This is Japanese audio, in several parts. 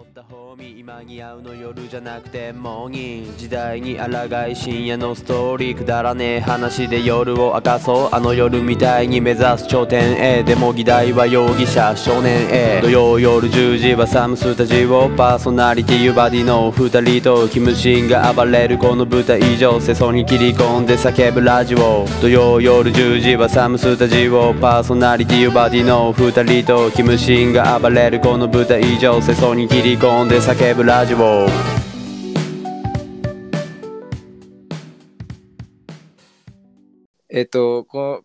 ったホーミー今に合うの夜じゃなくてモーニング時代に抗い深夜のストーリーくだらねえ話で夜を明かそうあの夜みたいに目指す頂点へでも議題は容疑者少年へ土曜夜10時はサムスタジオパーソナリティーバディの2人とキムシンが暴れるこの舞台上世相に切り込んで叫ぶラジオ土曜夜10時はサムスタジオパーソナリティーバディの2人とキムシンが暴れるこの舞台上世相に切り込んで叫ぶラジオえっ、とこの、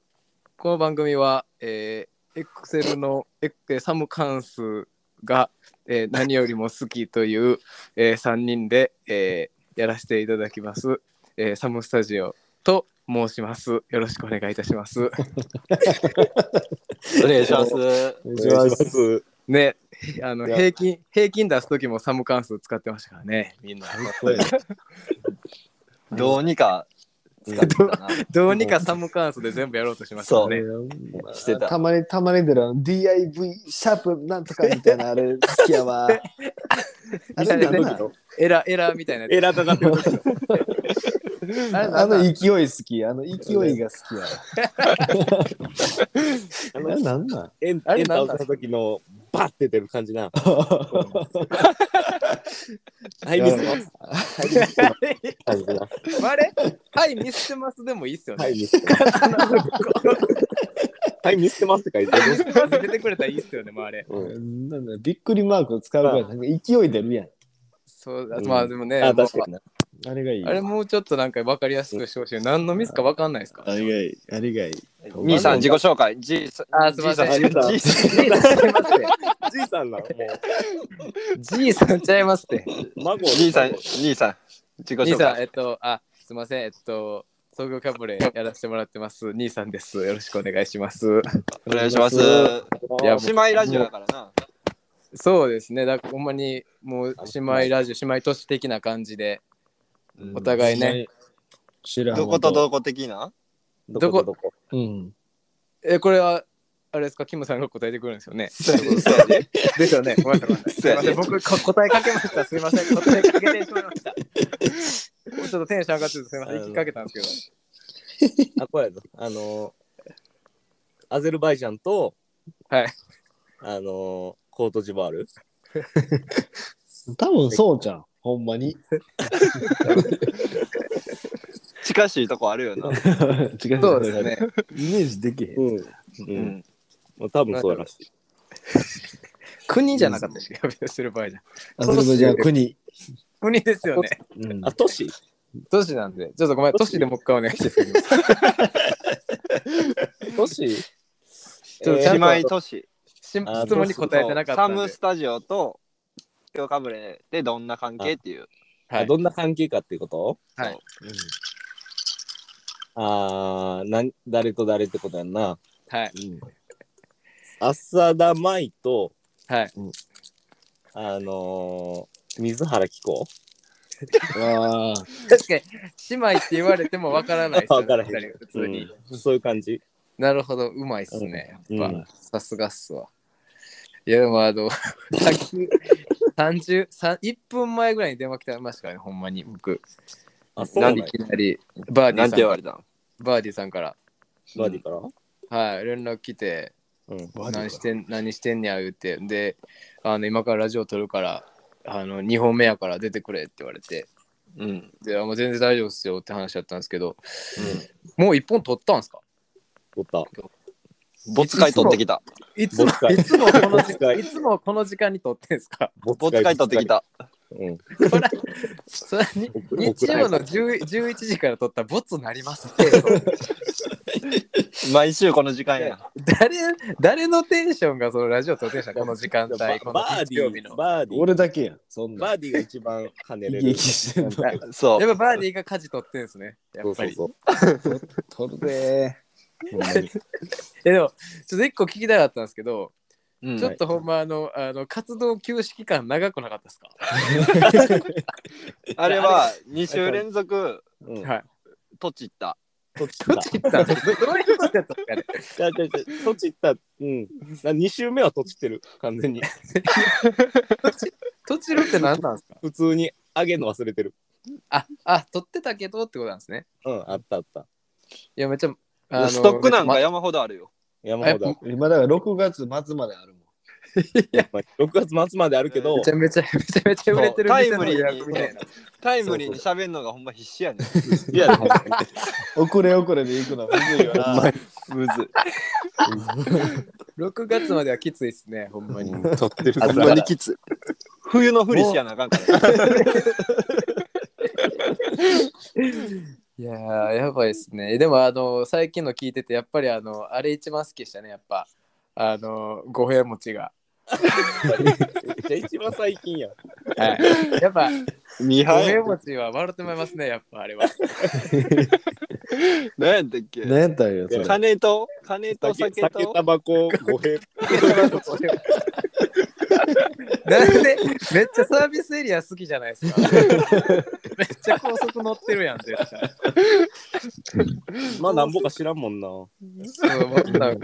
この番組は、えー、Excel の、えーサム・カンスが、えー何よりも好きという、え3人で、えーやらせていただきます、えーサムスタジオと申します。よろしくお願いいたします。お 願いしますお願いします。ね、あのいや平均平均出す時もサム・カンス使ってましたからね、みんな。どうにか使ってたな。 どうにかサム・カンスで全部やろうとしましたね。してたたまにたまに出るあの DIV シャープなんとかみたいなあれ好きやわ。あれなんなんエラエラーみたいなやつ。エラーかかってる時あれあなんなのん勢い好き。あの勢いが好きやわ。あれなんなんエンあれエンターなんをだ押した時のバッて出る感じな。はい、ミスます。あれはい、見捨てますでもいいっすよね。はい、ミスってます。はい、ミスってますって書い てる。出てくれたらいいっすよね、まあ、あれ。うんなんだびっくりマークを使うからなんか勢い出るやん。そううんまあでもね、もあ、う確かにな。あれがいい。あれもうちょっとなんか分かりやすくしてほしい。何のミスか分かんないですかあれがいい。あれがいい。兄さん自己紹介。じいさん。あ、すいません。じいさんじいさんちゃいますって。じいさんな、もう、じいさんちゃいますって。孫を。じいさん、兄さん。自己兄紹さん、介。えっと、あ、すいません。えっと、創業カブレやらせてもらってます。兄さんです。よろしくお願いします。お願いします。いや、もう姉妹ラジオだからな。そうですね。だからほんまにもう姉妹ラジオ、姉妹都市的な感じで、お互いね。。知らん。どことどこ的などこどこうん。え、これは、あれですか、キムさんが答えてくるんですよね。ですよね。ごめんなさい。そうやね僕こ答えかけました。すみません。答えかけてしまいました。もうちょっとテンション上がっててすみません。息かけたんですあ、これやぞあのー、アゼルバイジャンと、はい。あのー、コートジボワール。多分そうじゃん。ほんまに。近しいとこあるよな。違けど。そうですね。。イメージできへん。うん。うん。もう多分そうやらしい。国じゃなかったし、やべする場合じゃん。アゼルバイジャン国。国ですよね。うんあ、都市都市なんで、ちょっとごめん、都市でもう一回お願いします。都市ちょっとちゃ姉んと妹都市。し質問に答えてなかったサんでムス。タジオと東京かぶれでどんな関係っていう。はあいどんな関係かっていうことはい。あーなん誰と誰ってことやんな。はい。浅田舞と、はい。あのー、水原希子。ああ。確かに、姉妹って言われてもわからないです よね。わからへん二人普通に。うんそういう感じ。なるほど、うまいっすね。うんやっうんぱ、さすがっすわ。いや、でもあの、さ っき、30、さ1分前ぐらいに電話来てましたからね、ほんまに、僕。あ、そうなんいやきなり、バーディなーんさてん言かわられたのバーディーさんから、バディから。はい、連絡来て、うん。何してん、何してんねや言うて、で、あの、今からラジオ撮るから、あの、2本目やから出てくれって言われて、うん。で、あもう全然大丈夫っすよって話だったんですけど、もう1本撮ったんすかおった。没回取ってきた。いつも、没回いつもこの時いつもこの時没回間に撮ってんすか 没回取ってき。た。うん。そらそらに日曜の10 11時から撮ったボツになりますって毎週この時間や。誰誰のテンションがそのラジオとテンションこの時間帯バこのバー日デ曜ィ日ー、のバーディー、俺だけやん。そんなん。バーディーが一番跳ねれ生き生。るきしてんの。そやう。っぱバーディーが舵取ってんですねやそうっぱそうりそう。撮るでー。ほんまにえでもちょっと一個聞きたかったんですけど、うんちょっとほんまあのあの活動休止期間長くなかったですか、あれは2週連続うんはいとちった。とちったどっ。ち行ったどどういうことやったんかね。いや違う違うとちった。うん。な二周目はとちってる。完全に。とちるって何なんですか普通に上げるの忘れてる。あ、あ、取ってたけどってことなんですね。うん、あったあった。いや、めっちゃ、あのストックなんまか山ほどあるよ。山ほどある。今だから6月末まであるもん。 6月末まであるけどめち、ゃめちゃ、めちゃめちゃ売れてるタイ店ムのリ予ーに約みたいな。タイムリーに喋るのがほんま必死やねん。いや、遅れ遅れで行くのむずいよ な。むずい。 6月まではきついですね、ほんまに。とってるほんまにきつい。冬のふりしやなあかんから。いやー、やばいですね。でも、あの、最近の聞いてて、やっぱり、あの、あれ一番好きでしたね、やっぱ。あの、五平餅が。じゃあ一番最近やん。はい。やっぱ、見五張平る。餅は笑ってまいますね、やっぱ、あれ は。何やったっけ何やったんや、それ。金と金と酒酒酒とタバコ語弊なんで、めっちゃサービスエリア好きじゃないですか。めっちゃ高速乗ってるやん、絶対。まあなんぼか知らんもんな。そう、僕らそ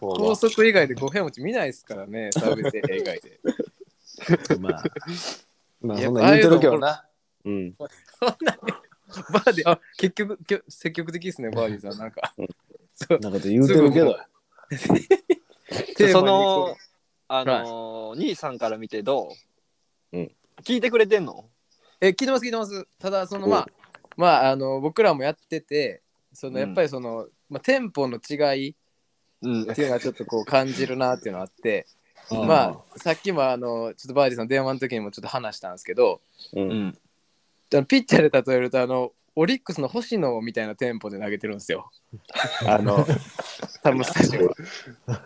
高速以外で五平餅見ないですからね、サービスエリア以外 で。まあ、まあ、いやそんなん言うてるけどな。う。うん。そんなバーディー、あ、結局、きょ積極的ですね、バーディーさん。なんか。そうそんなこと言うてるけど。テーマにその、あマにのー兄さんから見てどう、うん聞いてくれてんのえ、聞いてます、聞いてます。ただ、その、うんまあ、まあ、あの、僕らもやってて、その、うやんっぱりその、まあ、テンポの違いうんっていうのはちょっとこう感じるなっていうのはあって、うんまあ、さっきもあの、ちょっとバーディーさんの電話の時にもちょっと話したんですけど、うんうん。あのピッチャーで例えると、あの、オリックスの星野みたいなテンポで投げてるんですよ。あの、サムスタジオは。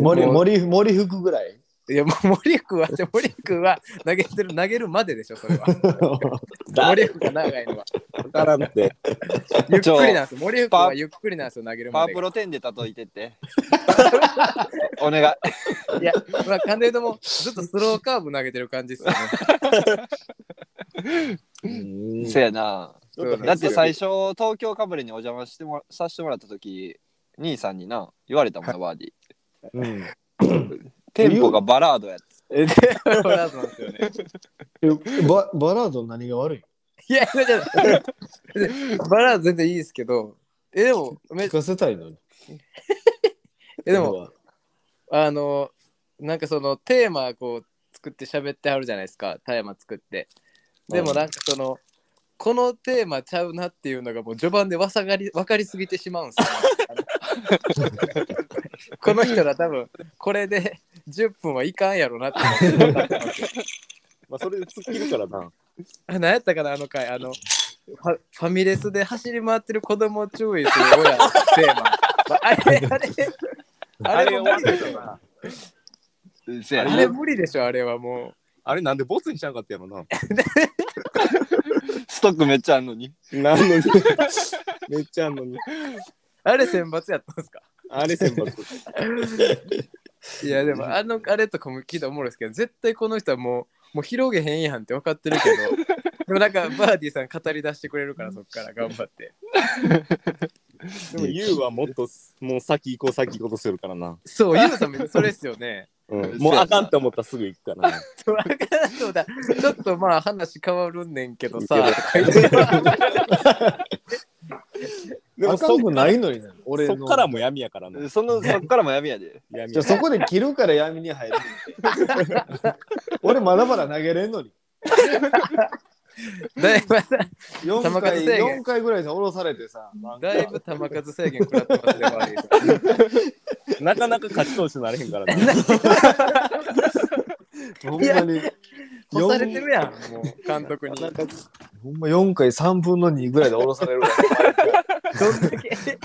森、森、森福ぐらい。いや、もう森福は、じゃあ森福は投げてる、投げるまででしょ、それは。森福が長いのは。わからんって。ゆっくりなんですよ。森福はゆっくりなんですよ、投げるパまワーでプが。ロ10で例えてって。 お願 い。いや、まあ、完全にもうずっとスローカーブ投げてる感じですよね。うんせやな。 そうだって最初、東京かぶれにお邪魔してもらさせてもらった時兄さんにな、言われたもんな、バーディー。うん。テンポがバラードやっこれだと思うんですよね。えババラードの何が悪いいや、いやじゃあバラは全然いいですけど、え、でも、め聞かせたいのに。えでも、あの、なんかそのテーマこう作って喋ってはるじゃないですか、テーマ作って。でもなんかその、このテーマちゃうなっていうのがもう序盤でわさがり分かりすぎてしまうんですよね。 この人ら多分これで10分はいかんやろなって思ってたんですよ。まあそれで突っ切るからな。あ何やったかなあの回あのファファミレスで走り回ってる子供を注意する親のテーマ。あれあれあれも無理でしょなて。せやあれな。無理でしょあれはもう。あれなんでボツにしなかったやろな。ストックめっちゃあんのに。なのに。めっちゃあんのに。あれ選抜やったんですかあれ先発。いやでもあのあれとかも聞いたらおもろいですけど絶対この人はもうもう広げへんやんって分かってるけどでもなんかバーディーさん語り出してくれるからそっから頑張ってでも YOU はもっともう先行こう先行こうとするからな。そうゆうさんもそれですよねうんもうあかんと思ったらすぐ行くからな。 そう分からんそうだちょっとまあ話変わるんねんけどさいいででもも赤そくないのにね、俺その。っからも闇やからな。そのそっからも闇やで。闇じゃあそこで切るから闇に入る。 俺まだまだ投げれんのに。だいぶ4球数回、制限四回ぐらいで下ろされてさ。なんかだいぶ球数制限食らってますねバーディ ーさんなかなか勝ち投手になれへんから な。ほんまに。干されてるやんもう監督になんかほんま4回3分の2ぐらいで下ろされるから。どんだけ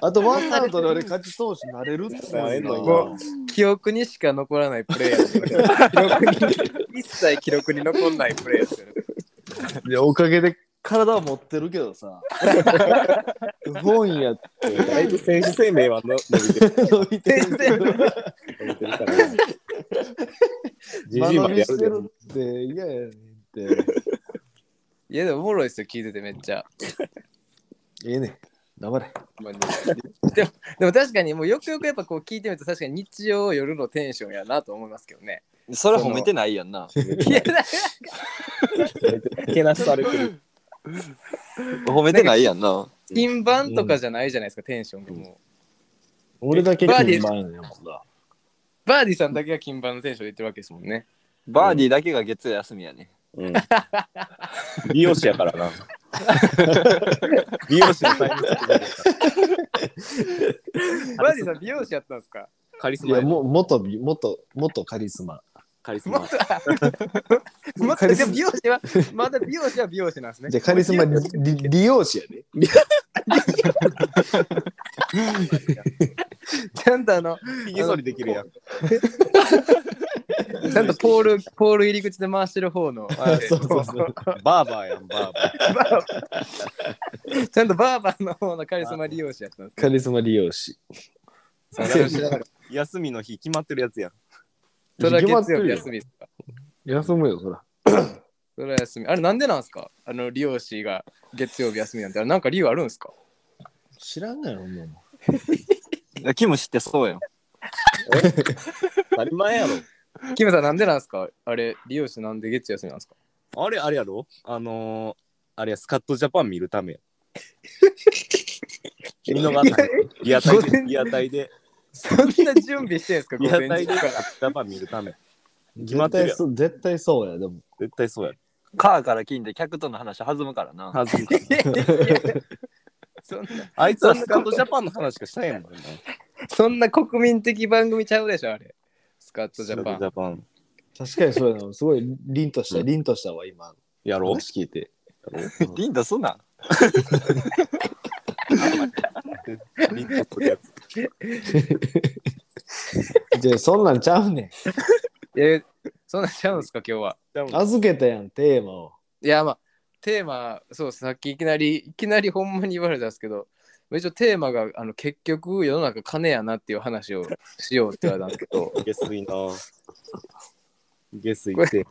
あとワンアウトで俺勝ち投手になれるってなれんのにもうな記憶にしか残らないプレイヤーですよね記録に一切記録に残んないプレイヤーですよねいやおかげで体は持ってるけどさ。不本意やってだいぶ選手生命はの伸びてる伸びて全然る。伸びてるからな。じ間じいま延でびやしるてで。るって嫌やねんって。いやでもおもろいですよ聞いててめっちゃええねん。黙れ。まあねでもでも確かにもうよくよくやっぱこう聞いてみると確かに日曜夜のテンションやなと思いますけどね。それ褒めてないやんな。いやだからけなされてる。褒めてないやんな。金盤とかじゃないじゃないですか、テンションがもう。俺だけバーディー金番やもんな。バーディさんだけが金盤のテンションで言ってるわけですもんね。バーディーだけが月曜休みやね。うん、美容師やから な。美容師のタイムバーディさん美容師やったんですかカリスいマや、やも、元び、元、元カリスマ。カリスもマっ。 と、もっと、でも美容師は、まだ美容師は美容師なんですね。じゃあカリスマ、りり利用者やね。ちゃんとあの、ひげ剃りできるやん。ちゃんとポール、ポール入り口で回してる方の、あ、そうそうそう。バーバーやん、バーバ ちゃんとバーバーの方のカリスマ利用師やったんですカリスマ利用士。ー。休みの日決まってるやつやん。それは決まっ月て曜る日よ休みですか休むよ、そら。それは休み。あれなんでなんですかあの利用師が月曜日休みなんて、あれなんか理由あるんですか知らんがやろ、もう。いやキム知ってそうやん。当たり前やキムさんなんでなんですかあれ、利用師なんで月曜休みなんですかろ。あれ、あれやろあのー、あれや、スカットジャパン見るためや。見逃さない。リアタイで、リアタイで、そんな準備してんすか午リア前タイ中で、かスら。カットジャパン見るため。決絶まって対るやんそう、絶対そうや、でも。絶対そうやろ。カーから金で客との話弾むからな。はずいいやいやいやそんなあいつはスカットジャパンの話しかしたいもんね。そんな国民的番組ちゃうでしょあれスカットジャパンスカットジャパン確かにそうやな。すごい、凛とした、凛としたわ、今。やろ話聞いて。リンダすな。リンとやつじゃあ、そんなんちゃうねん。えそんなんちゃうんすか今日は預けたやん、テーマを。いやまあテーマそうさっきいきなりいきなりほんまに言われたんですけど一応テーマがあの結局世の中金やなっていう話をしようって言われたんですけ ど下水な。下水って。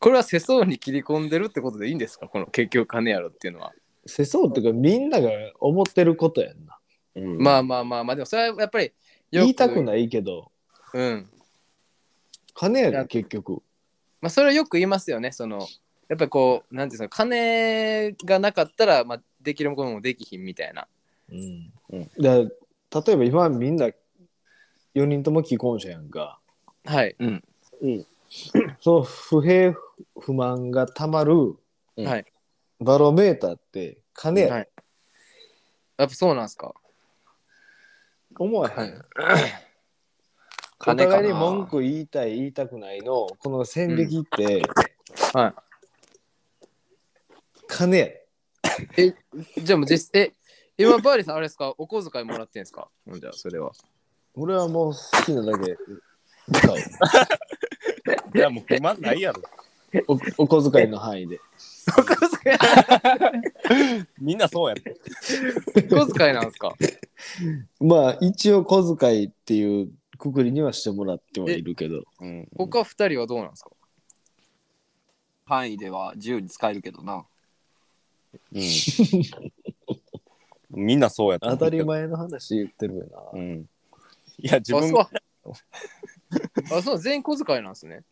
これは世相に切り込んでるってことでいいんですかこの結局金やろっていうのは、世相っていうか、みんなが思ってることやんな。あ、まあまあまあまあでもそれはやっぱりよ言いたくいないけど、うん金やで、結局。まあ、それはよく言いますよね。そのやっぱりこう、なんていうんですか、金がなかったら、まあ、できることもできひんみたいな。うんうんだから例えば今みんな4人とも既婚者やんかはい。その不平不満がたまるうんはいバロメーターって金やはいとやっぱそうなんですか。思わへん、お金かな互いに文句言いたい言いたくないのこの線引きって、うんはい金やじゃあもう実え、今、バーリーさん、あれですか、お小遣いもらってんですかほんじゃあ、それは。俺はもう好きなだけ使ういや、もう不満ないやろ。 おお小遣いの範囲でお小遣い、みんなそうやろ。お小遣いなんですか。まあ一応小遣いっていうくくりにはしてもらってはいるけどうん。他二人はどうなんですか範囲では自由に使えるけどな。みんなそうやと思当うけどたり前の話言ってるよな、うん。いや、自あ、分そう。あ、そう、全員小遣いなんですね。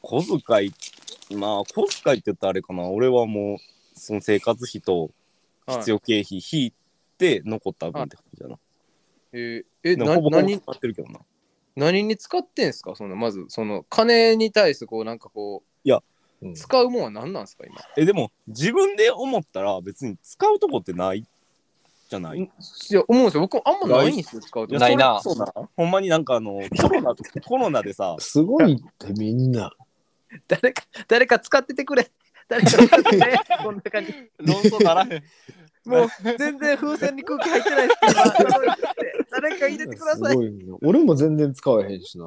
小遣い、まあ、小遣いって言ったらあれかな、俺はもう、その生活費とはい必要経費引いて残った分ってことじゃな。えーえでもなほぼほぼ何決、まってるけどな。何に使ってんすかその、まず、その、金に対して、こう、なんかこう、うん使うもんは何なんですか、今。え、でも、自分で思ったら別に使うとこってないじゃないいいや、思うんですよ。僕、あんまないんですよ、使うとやこ。ないなそれそうな。ほんまになんかあ の、コロナ、コロナでさ、すごいってみんな。誰か、誰か使っててくれ。誰か使ってくれ。こんな感じ。論争ならへん。もう、全然風船に空気入ってないです。誰か入れてくだすさい。ごいな俺も全然使わへんし な。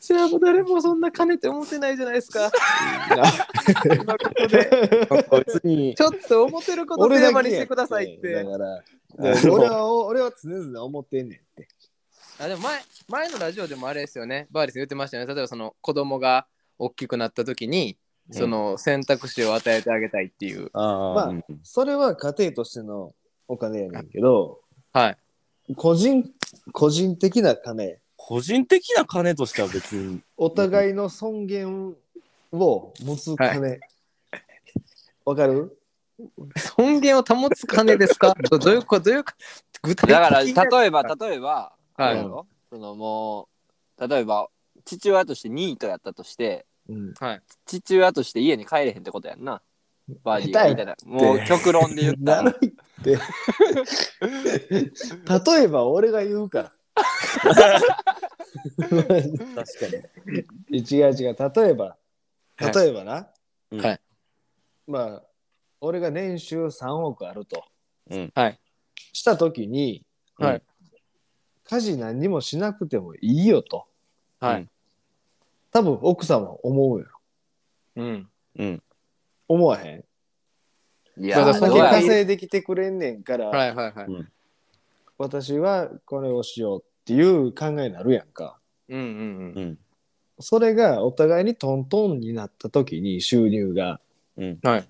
じゃあ、もう誰もそんな金って思ってないじゃないです か。今ここで 別に、ちょっと思ってることをテーマにしてくださいっだて。から、あの俺は俺は常々思ってんねんって。あでも前、前のラジオでもあれですよね。バーリス言ってましたよね。例えば、その子供が大きくなった時に、その選択肢を与えてあげたいっていう。あまああ、うんそれは家庭としてのお金やねんけど、はい。個人、個人的な金、個人的な金としては別に。お互いの尊厳を持つ金。わかる尊厳を保つ金です かどどういうことどういうか具体だから的な例えば例えば、はいあれやろそのもう例えば父親としてニートやったとしてうん。父親として家に帰れへんってことやんなバーディ下手ーがやみたいなもう極論で言ったな らる って。例えば俺が言うから。 確か違う違う例えばはい例えばな、うんはいまあ俺が年収3億あると、うんはいした時に、はい家事何にもしなくてもいいよとはい。多分奥さんは思うようん。に。うん。思わへんいまやだだそそけこうはや稼いできてくれんねんから、はいはいはい。私はこれをしようっていう考えになるやんかうんうんうん。それがお互いにトントンになった時に収入がうん。うん。はい。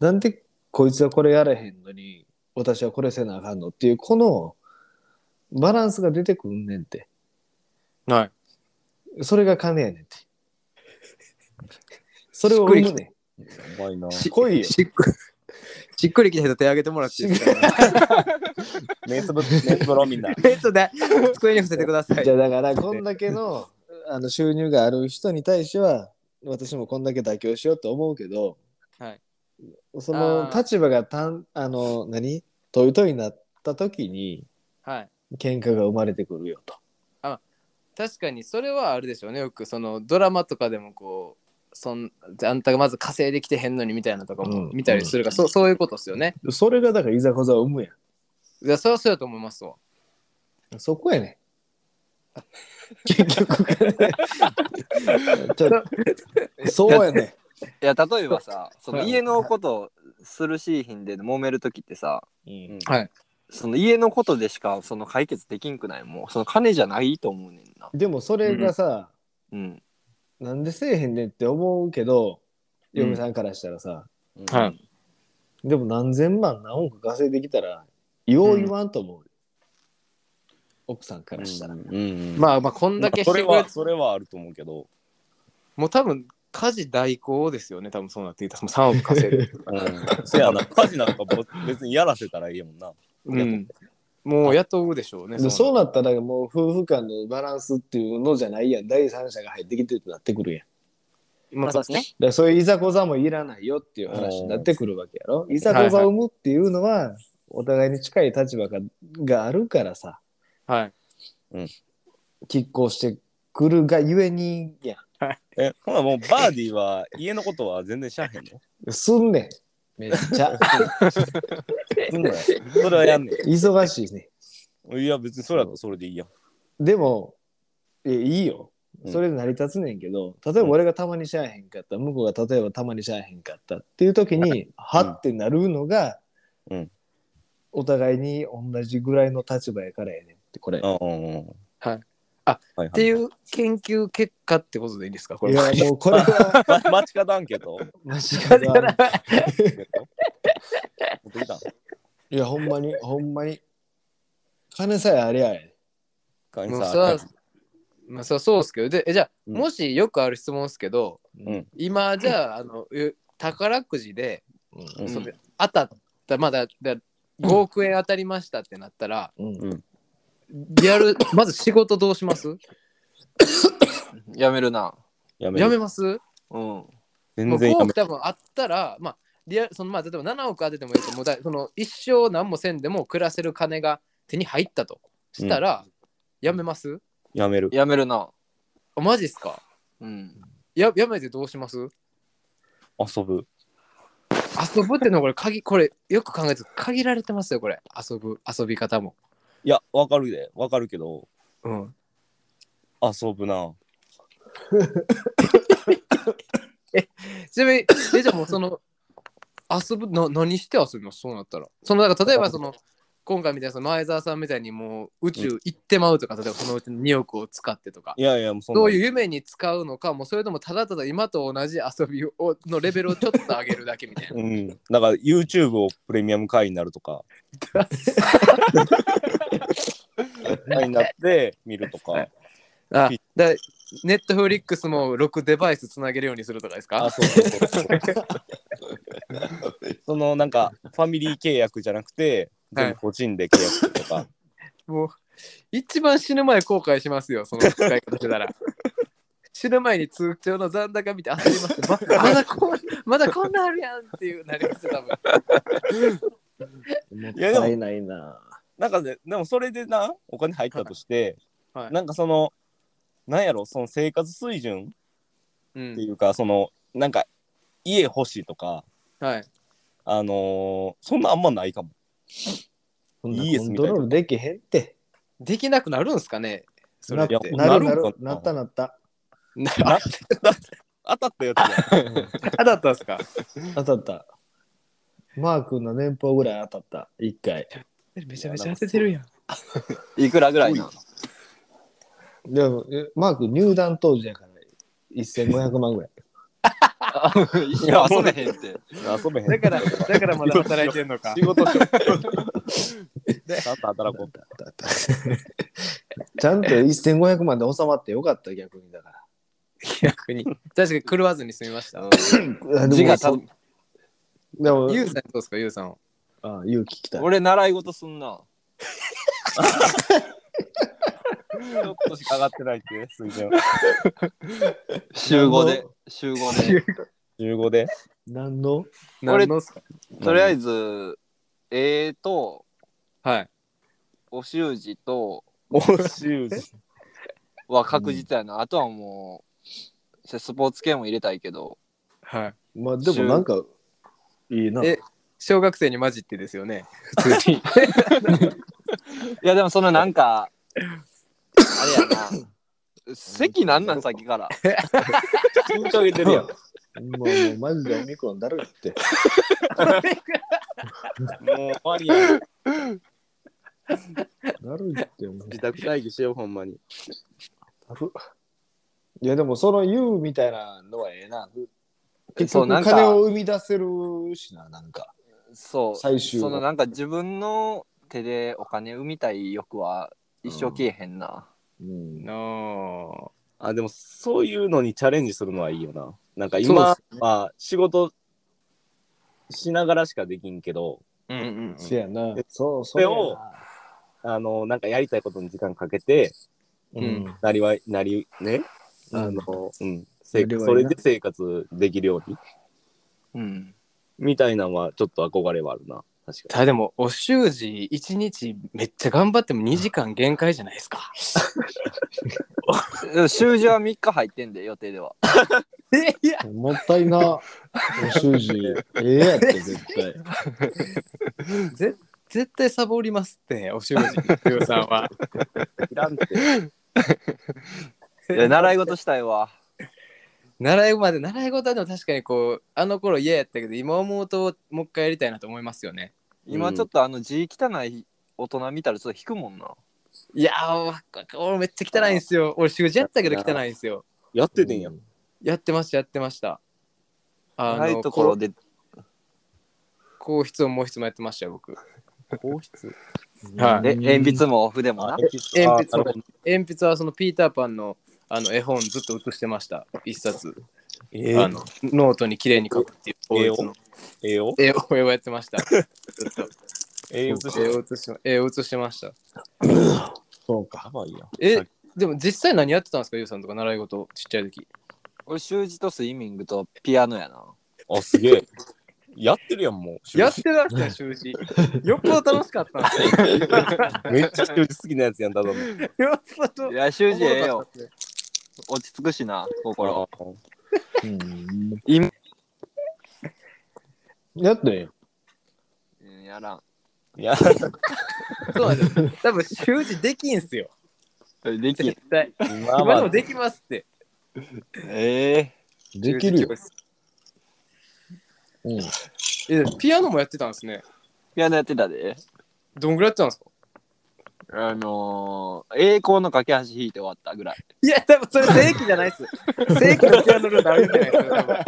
なんでこいつはこれやれへんのに私はこれせなあかんのっていうこのバランスが出てくんねんてはい。それが金やね んてそれを生むねやばいな。ん来いよしっくしっくりきた人手挙げてもらっていい ですか目つぶ、目つぶろみんな。えっとね、机に伏せてくださいじゃ。あだからこんだけのあの収入がある人に対しては私もこんだけ妥協しようと思うけど、はいそのあー立場がたんあの何トイトイになった時にはい。喧嘩が生まれてくるよと。確かにそれはあるでしょうね。よくそのドラマとかでもこう、そんあんたがまず稼いできてへんのにみたいなとかもうん見たりするから、そうそういうことですよね。それがだからいざこざを生むやいや、それはそうやと思いますわ。ん。そこや ねん。結局金 ちょそうやねん。いや例えばさそのはい家のことをするシーンで揉める時ってさうんその家のことでしかその解決できんくないもうその金じゃないと思うねんなでもそれがさ、うんなんでせえへんねんって思うけど、うん嫁さんからしたらさ、うん はいでも何千万何億稼いできたら、よう言わんと思う。奥さんからしたら。うん。あ、まあまあ、こんだけしてそくれれは、それはあると思うけど。もう多分、家事代行ですよね。多分そうなってきた。もう3億稼いで。うん。せやな。家事なんかぼ別にやらせたらいいもんな。うん。もう雇うでしょうね。でそうななったらもう夫婦間のバランスっていうのじゃないやん第三者が入ってきてってなってくるやんまあそうですねだからそういういざこざもいらないよっていう話になってくるわけやろ。いざこざを生むっていうのは、お互いに近い立場ががあるからさ、はい。拮抗してくるがゆえに、いや、え、ほなもうバーディーは家のことは全然しゃあへんのすんねん。めっち ゃ。すんのやそれはやんね忙しいね。ん。いや、別にそれやったらそれでいいやん。でも、いやいいよ。うんそれで成り立つねんけど、例えば俺がたまにしゃあへんかった、向こうが例えばたまにしゃあへんかったっていう時に、はってなるのが、うんお互いに同じぐらいの立場やからやねんって、これ。うん。はい。ああ、はい、っ。っていうう研究結果ってことでいいですかこいれは。や、もうこれは。ま、街角アンケートマジかな。持ってきたんいや、ほんまに、ほんまに。金さえありゃあえ会員もうさそれはん。まあ、そそうですけど、で、えじゃあ、うんもしよくある質問ですけど、うん今、じゃあ、あの、え宝くじで、え。うんその当たった、まだ、だ5億円当たりましたってなったら、うんうんやる、まず仕事どうしますやめるなやめやめる。ますうん全もう然5やめ億多分あったら、まあ、リアルそのまあ、例えば7億当ててもいいけど、もうだその一生何もせんでも暮らせる金が手に入ったとしたら、やめますやめる。やめるなあマジっすかうんややめてどうします遊ぶ。遊ぶってのはこれ限これよく考えて限られてますよこれ遊ぶ遊び方も、いや、わかるで。わかるけど、うん、遊ぶな。ちなみ にえじゃあもうその遊ぶな何して遊びますそうなったらそのだから例えばその今回みたいにその前澤さんみたいにもう宇宙行ってまうとか、例えばそのうちの2億を使ってとかいやいや、もうそんなそういう夢に使うのかもうそれともただただ今と同じ遊びをのレベルをちょっと上げるだけみたいなうん。だから YouTube をプレミアム会員になるとか。会員になって見るとか。 あだネットフリックスも6デバイスつなげるようにするとかですあ、かそうそうそうそう。そのなんかファミリー契約じゃなくて、全部個人で契約するとか。もう一番死ぬ前後悔しますよその使い方してた ら死ぬ前に通帳の残高見て焦りますままだ こんまだこんなんあるやんっていうなりますよ多分もっいやでもたいないな。なんかね、でもそれでな、お金入ったとして、はいなんかその、なんやろ、その生活水準うっんていうか、その、なんか家欲しいとか、はいあのーそんなあんまない かも。そんないいでコすンみトたいなロールできへんって。できなくなるんすかねそれなっなやてなるるなんかなる。なったなった。な 当たったやつや。うん嫌だったんすか当たった。マー君の年俸ぐらい当たった。一回。めちゃめちゃ当ててるやんいくらぐらいなのでも、えマー君入団当時やから、1500万ぐらい。いや、遊べへんって。遊べへん。だからだからまだ働いてんのか仕事しよう。ちゃんと働こう。当たった当たったちゃんと1500万で収まってよかった、逆にだから。逆に確かに狂わずに済みましたあ字でもが、たでもゆうさんどうですかゆうさんはああ、ゆう聞きたい。俺、習い事すんな。ちょっとしか上がってないって、水準。週5で。週5で。 15で。何の俺何のっすかとりあえず、えーと、はいお習字とお習字。は確実やな。あとはもう、スポーツ系も入れたいけど、はいまあでもなんか、いいな。え小学生に混じってですよねいやでもそのなんかあれやな席なんなんさっきから緊張げてるやん。もうもうマジでオミクロンだるいって。もう終わりやん。だるいってもう自宅待機しよう、ほんまに。だるいやでもその言うみたいなのはええな。結そうな局んか金を生み出せるしな、なんか。そう最終そのなんか自分の手でお金生みたい欲は一生消えへんな、うん。のあ、でもそういうのにチャレンジするのはいいよな。なんかそう今っ、まあ仕事しながらしかできんけど、うんうんせやなえ。そう、そそれれをを。あの、なんかやりたいことに時間かけて、うん。なりわい、なり、ね、うんあの、うん、せなりわいなそれで生活できるように、うん、みたいなのはちょっと憧れはあるな。確かただでもお習字1日めっちゃ頑張っても2時間限界じゃないですかでも習字は3日入ってんで予定ではえいやもったいな。お習字、ええ やって絶対。ぜ絶対サボりますってお習字ゆうさんはに。いらんって。いや習い事したいわ 習いまで習い事はでも確かにこうあの頃嫌やったけど今思うともう一回やりたいなと思いますよね今ちょっとあの字汚い大人見たらちょっと引くもんないやーわか俺めっちゃ汚いんすよ俺習字やったけど汚いんすよやっててんやん。やってましたやってましたあなのいところでこう硬筆も毛筆もやってましたよ 僕皇室はえ鉛筆も筆もな鉛筆もあなるほど鉛筆はそのピーターパンのあの絵本ずっと写してました一冊、えーあのノートに綺麗に書くっていう絵統一のを絵を絵を絵をやってま したずっと栄養として絵を写し絵を写してましたそうか。やばいやん。え、はいでも実際何やってたんですかゆうさんとか習い事ちっちゃい時俺習字とスイミングとピアノやなあ、すげえ。やってるやん、もう。やってましたよ習 字よっぽど楽しかったんですよめっちゃ習字好きなやつやん、ただの。よっぽどいや習字ええよおもろかったですね落ち着くしなほ心ら。うん今やってんよ。うんやらんいや、そうなんですよ多分習字できんすよできん絶対今今でもは、できますってええできるよ習。字うんえピアノもやってたんですねピアノやってたで。どんぐらいやってたんですかあのー、栄光の架け橋引いて終わったぐらい。いや、多分それ正規じゃないっ す。正規のピアノルールあるんじゃないですか、多分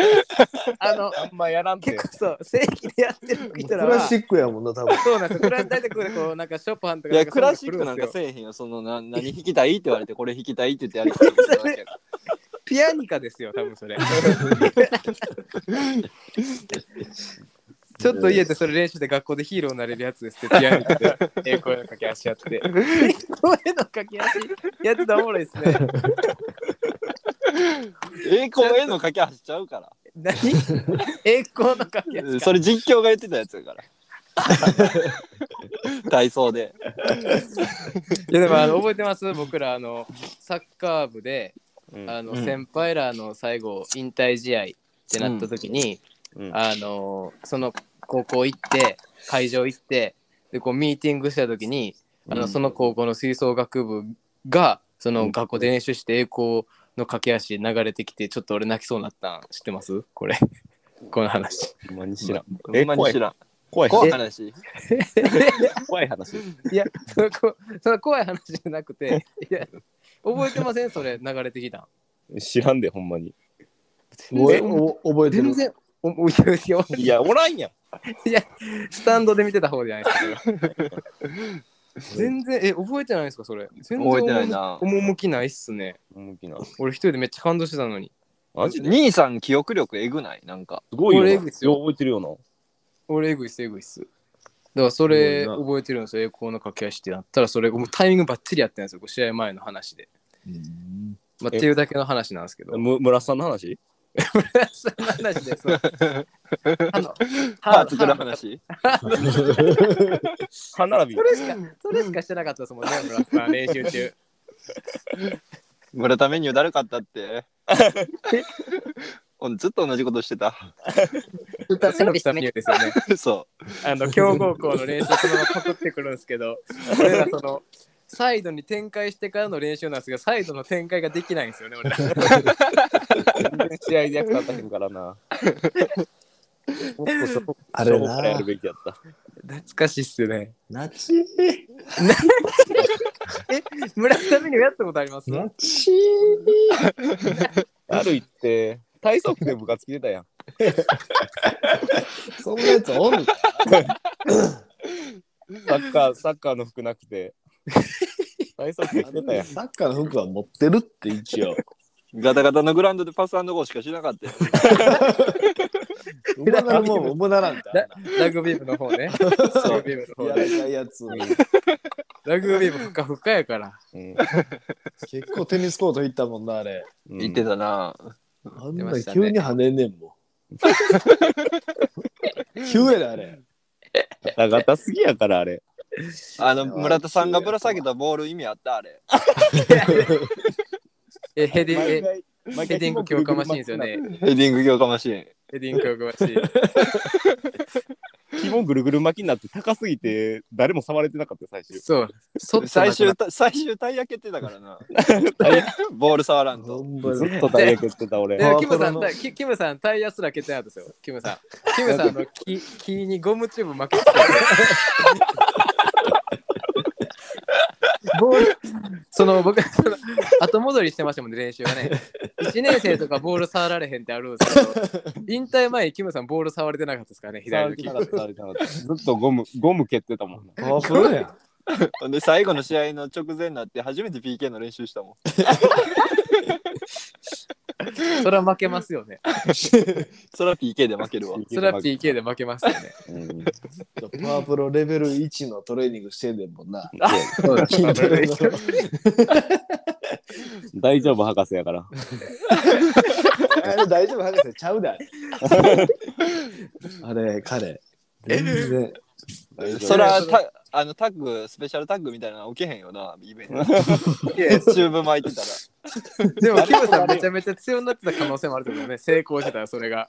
あの、あんまやらん結構そう、正規でやってるク人らラはシ。ックやもんな、多分。そうなんですよ。クラ大体こうこう、なんかショパンとかいや、クラシックなんかそうせえへんよ。そのな、 何弾きたいって言われて、これ弾きたいって言ってやるから弾いてるわけやから。うピアニカですよ、多分 それ。ちょっと家でそれ練習で学校でヒーローになれるやつですって、ピアニカで。ええ、声の掛け足や って。声の掛け足やってたおもろいですね。栄光への架け橋ちゃうから。 何栄光の掛けうん足。それ実況が言ってたやつやから。体操で。いやでもあの覚えてます僕らあのサッカー部で、うんあのうん先輩らの最後引退試合ってなった時に、うんうんあのその高校行って会場行ってでこうミーティングした時にあのその高校の吹奏楽部がその学校で練習して栄光の駆け足流れてきてちょっと俺泣きそうになったん知ってますこれ この話ほんまに知らん。ほんまに知らん。怖い怖話い話。怖い話。いやそのこその怖い話じゃなくていや覚えてませんそれ流れてきたん知らんで、ほんまに。おえお覚えて全る。然おおいやいやいや、おらんやん。いやスタンドで見てた方じゃないですか 全然え覚えてないですかそれ全然覚えてないな趣ないっすね向きな。俺一人でめっちゃ感動してたのにマジで兄さん記憶力えぐないなん か。すごいよな。俺よう覚えてるよな。俺エグいっすエグいっすだからそれすごいな覚えてるんですよ栄光の駆け足ってなったらそれもうタイミングばっちりやってるんですよこう試合前の話で、まあ、っていうだけの話なんですけどむ村さんの話そんな話で そうあのパー作る話。歯並びそ。れしかそれしかしてなかったですもんね村田さん練習中村田メニューだるかったって。おずっと同じことしてた。 歌背伸びしたメニューですよねそあ の強豪校の練習そのままパクってくるんですけど、俺らそのサイドに展開してからの練習なんですけど、サイドの展開ができないんですよね、俺ら。試合で役立たへん からな。もっとそこあれそこからやなる。べきやった。懐かしいっすよね。ナチ村上にもやったことありますナチあるいって、体操服で部活着てたやん。そんなやつおんのサッカー、サッカーの服なく て。体操服着てたやん。サッカーの服は持ってるって一応。う。ガタガタのグラウンドでパスゴーしかしなかったよ。うまなるもん、うまならんってあんララグビー部の方ね。ラグビー部のな。方やねらないやつ。ラグビー部ふかふかやから。結構テニスコート行ったもんな、あれ。うん言ってたな。あんな急に跳ねんねんも ん。急やで、あれ。ガタガタすぎやから、あれ。あの、村田さんがぶら下げたボール意味あったあれ。え、ヘディング、毎え回毎ヘ回ディング強化マシーンですよね。ヘディング強化マシーン。ヘディング強化マシーン。基本ぐるぐる巻きになって高すぎて誰も触れてなかった最終そう。そっと最終なくなっタ最終タイヤ蹴ってたからな ボール触らんほとんまずに。っとタイヤ蹴ってた俺でもキムさあんこれた、キキムさん、タイヤすら蹴ってなかったですよ。キムさん。キムさんあの木、木にゴムチューブ巻きつけて。ボールその僕その後戻りしてましたもんね練習がね1年生とかボール触られへんってあるんですけど引退前にキムさんボール触れてなかったですからね触左れのて木なかった触れてなかったずっとゴムゴム蹴ってたもんなパワフルやん。ほんで最後の試合の直前になって初めて PK の練習したもんそれは負けますよねそれは PK で負ける わそれは PK で負けますよねうんパワープロレベル1のトレーニングしてんねんもんな。そうだ筋トレの大丈夫博士やからあれ大丈夫、博士。ちゃうで、あれ。 あれ、彼。全然。それはタあのタッグスペシャルタッグみたいなの起けへんよなイ ベントチューブ巻いてたら でも、キムさんめちゃめちゃ強になってた可能性もあると思うね。成功してたら、それが。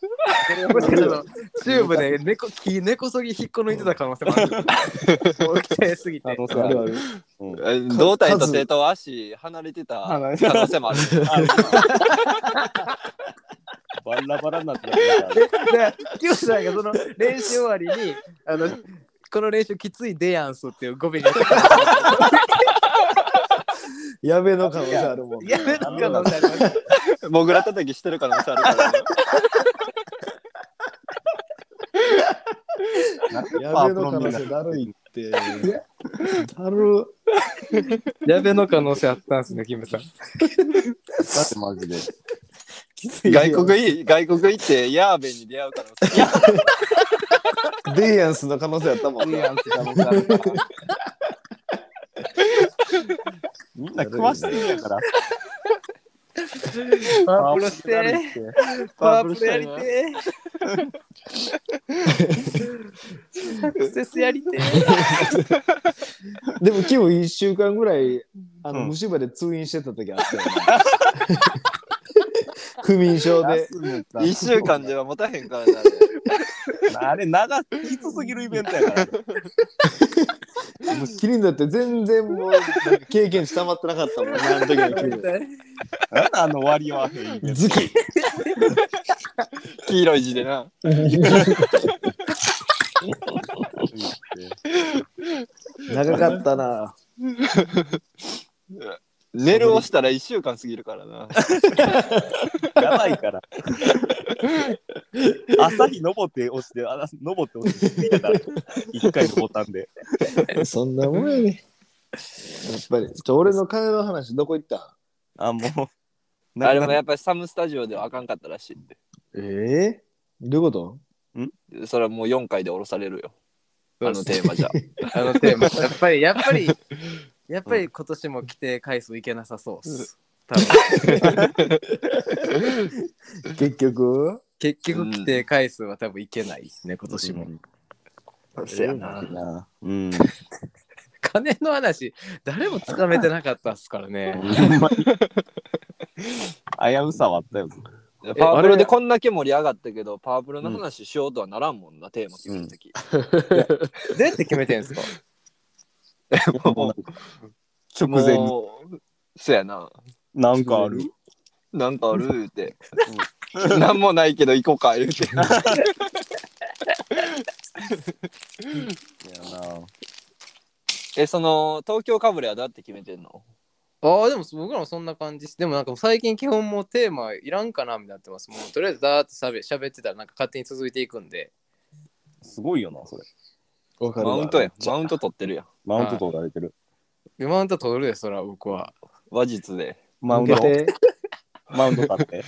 もしかしたら、チューブで猫木根こそぎ引っこ抜いてた可能性もあると思う。もう鍛えすぎ可て。能性ああるるある。え胴体と手と足離れてた離れて可能性もあ るバ ラバラになってたからで、キムさんがその練習終わりに、あの、この練習きついでやんすっていう語尾にやってやべえの可能性あるもんね。やめた可能性ありますモグラ叩きしてる可能性あるから ね。やべえの可能性だるいって。だる。やべの可能性あったんすね、キムさん。だってマジで。きついよ外国い外国行ってヤーベンに出会う可能性デイアンスの可能性あったもんね。みんな食わしてるんやから。パワープロして、パワープロやりてー。サクセスやりてー。でも今日1週間ぐらいあの、うん虫歯で通院してた時あったよ、ね、 不眠症で休めた1週間では持たへんからな。あれあれ、長きつすぎるイベントやから。もうキリンだって全然もうなんか経験値たまってなかったもんねあの時のキなんだあの割りはへんイベリンンズキ 黄色い字でな。 ト。長かったな寝るをしたら1週間過ぎるからな。やばいから。朝日登って押して、あ登って押して、見てたら、一回のボタンで。そんなもんやねやっぱりちょ俺の金の話どこ行ったあ、もう。 あれもやっぱりサムスタジオではあかんかったらしいんええどういうことで。それはもう4回で降ろされるよ。あのテーマじゃ。あのテー マ。やっぱり、やっぱり、やっぱり今年も規定回数いけなさそうっす。多分結局結局規定回数は多分いけないですね、今年も。せやなな。うん。金の話、誰もつかめてなかったっすからね。危うさはあったよ。 パワープロでこんだけ盛り上がったけど、パワープロの話しようとはならんもんな、テーマ決めるとき。どうやって決めてんすかもう 直前に。もう、そやな。なんかある。なんかある言うて。 なんもないけど行こうか言うて。 え、その、東京かぶれはどうやって決めてんの ああ、でも僕らもそんな感じです。でもなんか最近基本もうテーマいらんかなみたいになってます。もうとりあえずだーってしゃべ喋ってたらなんか勝手に続いていくんで。すごいよな、それ。わかるマわウントやん。マウント取ってるやん。マウント取られてる。マウント取るで、そら僕は。話術で。マウン受けト。てマウント買って。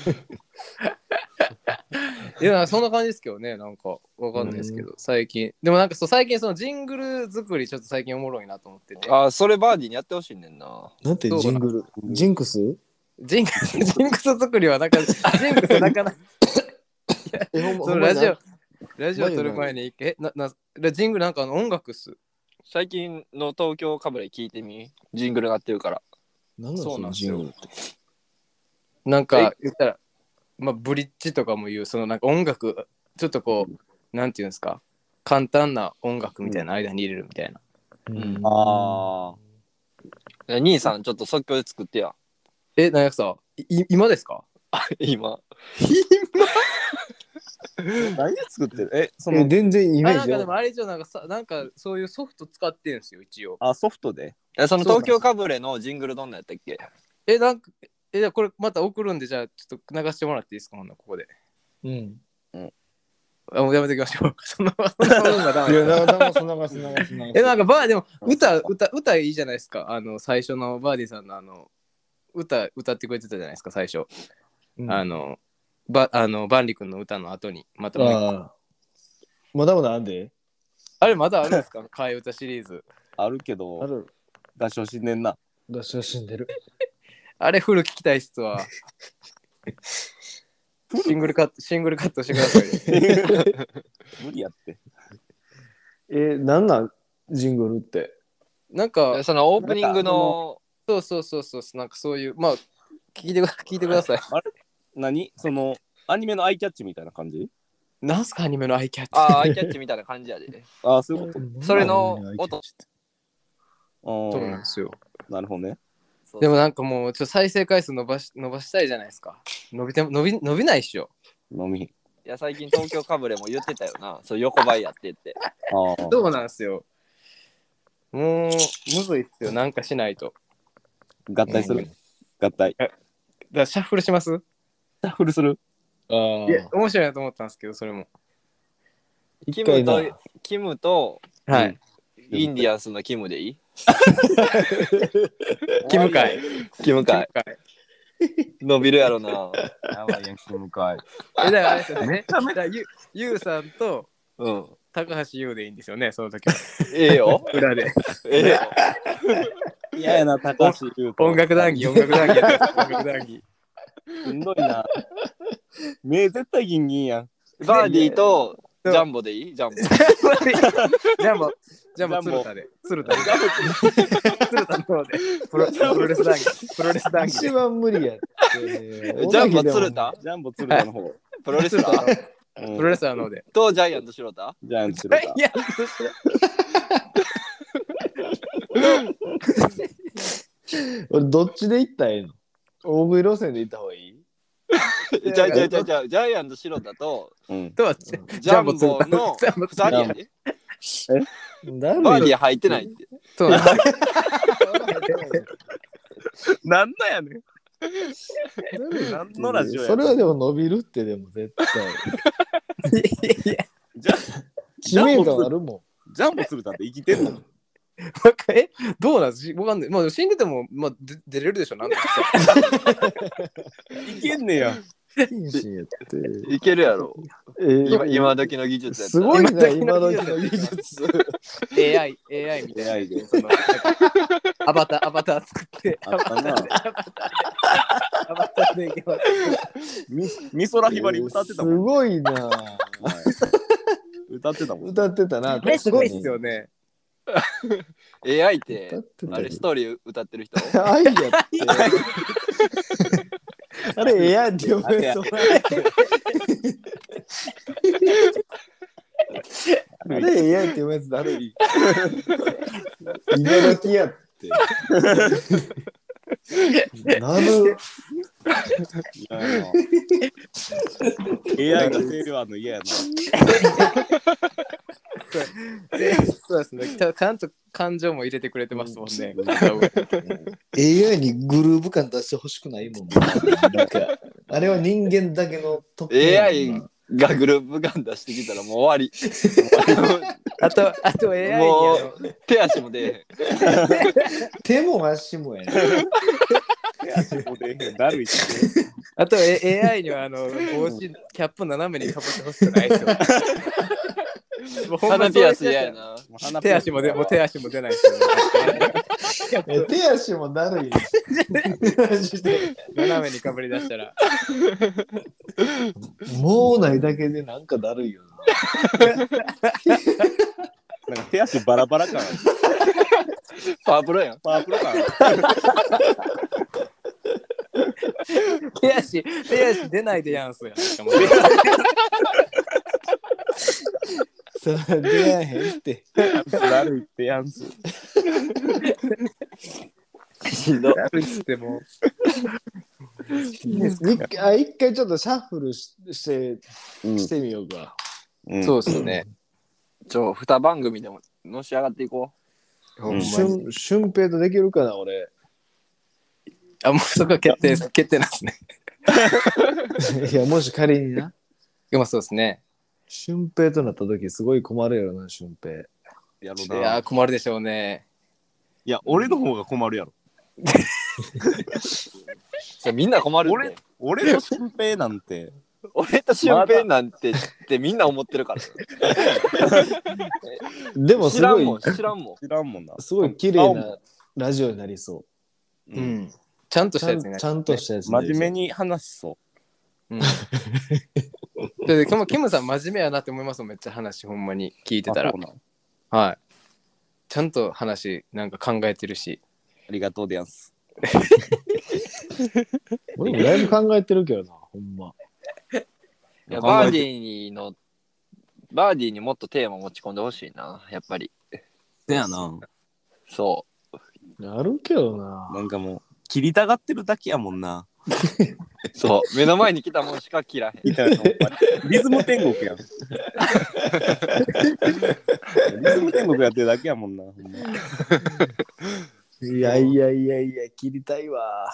いや、なんかそんな感じですけどね。なんかわかんないですけど、最近。でもなんかそう最近そのジングル作りちょっと最近おもろいなと思ってて。あー、それバーディーにやってほしいねんな。なんてジングルジンクスジンジンクス作りはなんか、ジ ンクスなかなかえほんまそほのんまラにジオ、ラジオ撮る前に、え、な、な、ラジングルなんかあの音楽っす。最近の東京かぶれ聞いてみ。ジングルなってるから。なんなんそそうなんのですジンよグルってなんか言ったら、まあ、ブリッジとかも言う、そのなんか音楽、ちょっとこう、なんていうんですか、簡単な音楽みたいな間に入れるみたいな。んああ。兄さん、ちょっと即興で作ってや。 え、なんやさ、い今ですか今。何作ってるえ、そえの、全然イあメなーんかジなでいもあれ以上なんかさ、なんかそういうソフト使ってんすよ、一応。あ、ソフトでえその東京かぶれのジングルどんなやったっけえ、なんか、え、じゃあこれまた送るんで、じゃあちょっと流してもらっていいですか、ほんならここで。うんあもうやめておきましょう。 そんな、そんなもんがダメいだや、な流す流す流す流す。え、なんかバーでも歌、歌、歌いいじゃないですか。あの、最初のバーディさんのあの、歌、歌ってくれてたじゃないですか、最初。うんあの、ば、あの、万里君の歌の後に、またもう一個あーまだまだあんであれ、まだあるんですか替え歌シリーズ。あるけあど、る。出し惜しんでんな。私は死んでる。あれ、フル聞きたいっす わ。シングルカット、シングルカットしてくださいよ。 無理やって。え、なんなんジングルって。なんかえ、そのオープニングの、そうそうそうそう、なんかそういう、まあ、聞いてくだ、聞いてください。何その、アニメのアイキャッチみたいな感じなんすか、アニメのアイキャッチ。あーアイキャッチみたいな感じやで。ああ、そういうこそれの音。と。そうあなんですよ。あ、なるほどね。そうでもなんかもう、ちょっと再生回数伸ばし、伸ばしたいじゃないですか。伸びても、伸び、伸びないっしょ。飲み。いや最近東京かぶれも言ってたよなそう横ばいやってってああ。そうなんですよ。もう、むずいっすよ。なんかしないと。合体すうるん。合体。だからシャッフルしますシャッフルする。あいやー、面白いなと思ったんですけど、それも。キ一ム回とな。キムとはい。インディアンスのキムでいいキム会。キムかい会伸びるやろなやばいやん、キムかい。え、だからあれです よね。だからゆゆうさんとうん高橋優でいいんですよね、その時は。ええよ裏で。ええよ嫌やな、高橋優音楽談義、音楽談義やってます音楽談義。しんどいな。目絶対ギンギンやん。バーディーとジャンボでいいジャンボじゃあもう、じゃあもう鶴田で。鶴田で。鶴田の方で。プロプロレス談義。プロレス談義一で。番無理やって。 ジャンボ鶴田ジャンボ鶴田の方。 プロレスラーうんプロレスラーの方で。とジャイアントシロタジャン鶴田。 いや、俺、どっちで行ったらええの大食い路線で行った方がいいじゃじゃじゃじゃジャイアントシロタとうん。とは、ジャンボのジャンボ2人 やでなるバ ーよディー入ってないってそうなんですなんだやねん。何のラジオやそれはでも伸びるってでも絶対。じゃ知名度あるもジャンボ鶴田って生きてんのわかえどうなんですわかんない。まあ、死んでても、まあ、で出れるでしょ、なんか。生きんねや。ん。謹慎やって。いけるやろえー今今時の技術やったすごいな、今今時時のの技技術 術。 AI、AI みたいな。 AI でそのなんかアバター、アバター作って、あったな。アバターでいけます。み美空ひばり歌ってたもん。すごいな。歌ってたもん。歌ってたな。 あれすごいっすよね。ら AI っ確かてに。歌あっれてストーリー歌ってる人たよ。愛やって。あれ、ええやんって思えそう。あれ、ええやんって思うやつだるい。今時やって。なる。いやいや AI が声量あるの嫌やでそうですね。たちゃんと感情も入れてくれてますもんね。 AI にグルーヴ感出してほしくないもんね。なんかあれは人間だけのトップや AI もんな。がグループガン出してきたらもう終わあと、あと AI りにあものう手足も出えへん手も足もやね。 な。だるいって。あと A- AI にはあの帽子、キャップ斜めにかぶってほしくないですよ。もうほんま鼻にそういピうアやスつ嫌やな手足もでもう手足も出ないですよね。え手足もだるい。マジで斜めにかぶり出したら。もうないだけでなんかだるいよな。なんか手足バラバラ感。パワープロやんパープル感。手足、手足出ないでやんすよ。それ出やへんって。だるいってやんす。でも一回あ一回ちょっとシャッフルししてうんしてみようか。うんそうですね。ちょ二番組でものし上がっていこほんまにしゅん俊平とできるかな俺。あ、もうそこは決定です、決定なんですね。 いやもし仮にな。まあそうですね。俊平となった時すごい困るよな俊平。やろいな。やー、困るでしょうね。いや、俺の方が困るやろ。うみんな困るって俺俺の心平なんて。俺と俊平なんてってみんな思ってるからでも知すらごんいもん知らんもん知らんもんな。すごい綺麗なラジオになりそううんん。ちゃんとう。しちたゃやんつになちゃんとしたやつ真面目にに話しそ。ででキムキムさん真面目やなって思いますもんめっちゃ話ほんまに聞いうてたらあそうなんあはいちゃんと話なんか考えてるしりがとうでやんす。なりそう。俺もだいぶ考えてるけどな、ほんま。いや考えてバーディーのバーディーにもっとテーマ持ち込んでほしいなやっぱりせやな。そなるけどな。なんかもう、切りたがってるだけやもんな。そう。目の前に来たもんしか切らへん。みたいなほんまにリズム天国やん。リズム天国やってるだけやもんな。ほんまいやいやいやいや、切りたいわ。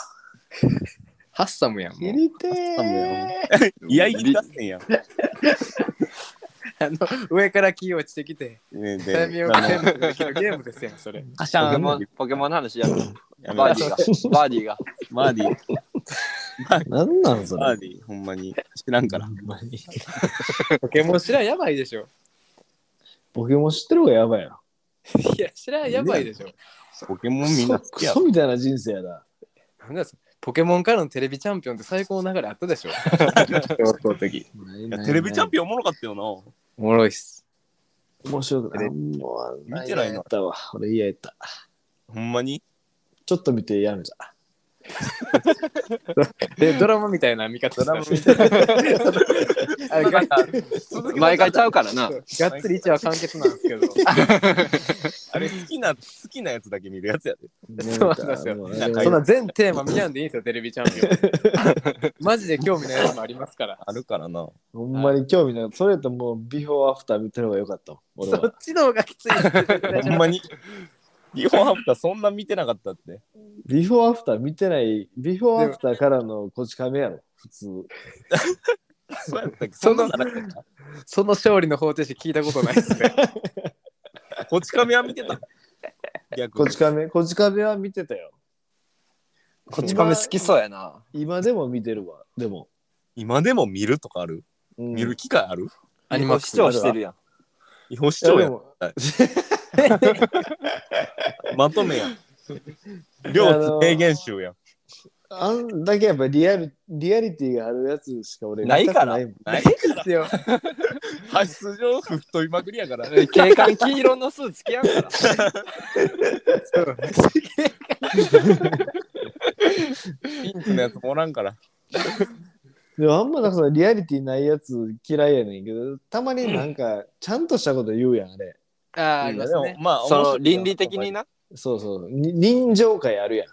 ハッサムやん、も切う。りてハッサムやー。いやいや、出せんやん。あの、上から木落ちてきて、ねでタイミング全部できるゲームですやん、それ。あしポゃケん。モン、ポケモンの話やろ。やめろバーディーが。バーディーが。バーディー、なんなんそれ。バーディー、ほんまに知らんからほ。んまにポケモン知らんやばいでしょ。ポケモン知ってる方がやばいやろ。いや、知らんやばいでしょ。ポケモンみんな好クきやソみたいな人生やな。なんだそれポケモンからのテレビチャンピオンって最高の流れあったでしょ。ないろ。ないテレビチャンピピオンおもろかったよおもろいっす。オン。面白くない。もう見てないなやったわ。俺嫌やった。な。ほんまにちょっと見てやめた。で、ドラマみたいな見方ドラマみたいな。あれ、ガッ毎回ちゃうから な。がっつり一話完結なん ですけど。あれ好きな、好きなやつだけ見るやつやで。そうなんですよもあれはそんな全テーマ見やんでいいんですよ、テレビチャンピ オン。マジで興味ないやつもありますから。あるからな。ほんまに興味ない。それともうビフォーアフター見てる方がよかったもん。俺そはっ。ちの方がきついです。ほんまに。日本ハムかそんな見てなかったって。ビフォーアフター見てない。ビフォーアフターからのこち亀やろ。普通。そうやったっけそそんんなななかったっその勝利の方程式聞いたことないですね。けこち亀は見てた。 逆こにち亀。こち亀は見てたよ。こっち亀好きそうやな。今でも見てるわ。でも。今でも見るとかある、うん見る機会あるアニマック視ス聴してるやん。違法視いや聴でやん。もまとめやん。両津名言集やん。あんだけやっぱリアルリアリティがあるやつしか俺ないから見たくもんないですよ。発出場太いまくりやから。警官黄色のスーツ着やんから。ピンクのやつもおらんから。でもあんまなんかそのリアリティないやつ嫌いやねんけど、たまになんかちゃんとしたこと言うやん、あれ。ああ、ありますね。まあ その倫理的にな。そうそう。に臨場感あるやん。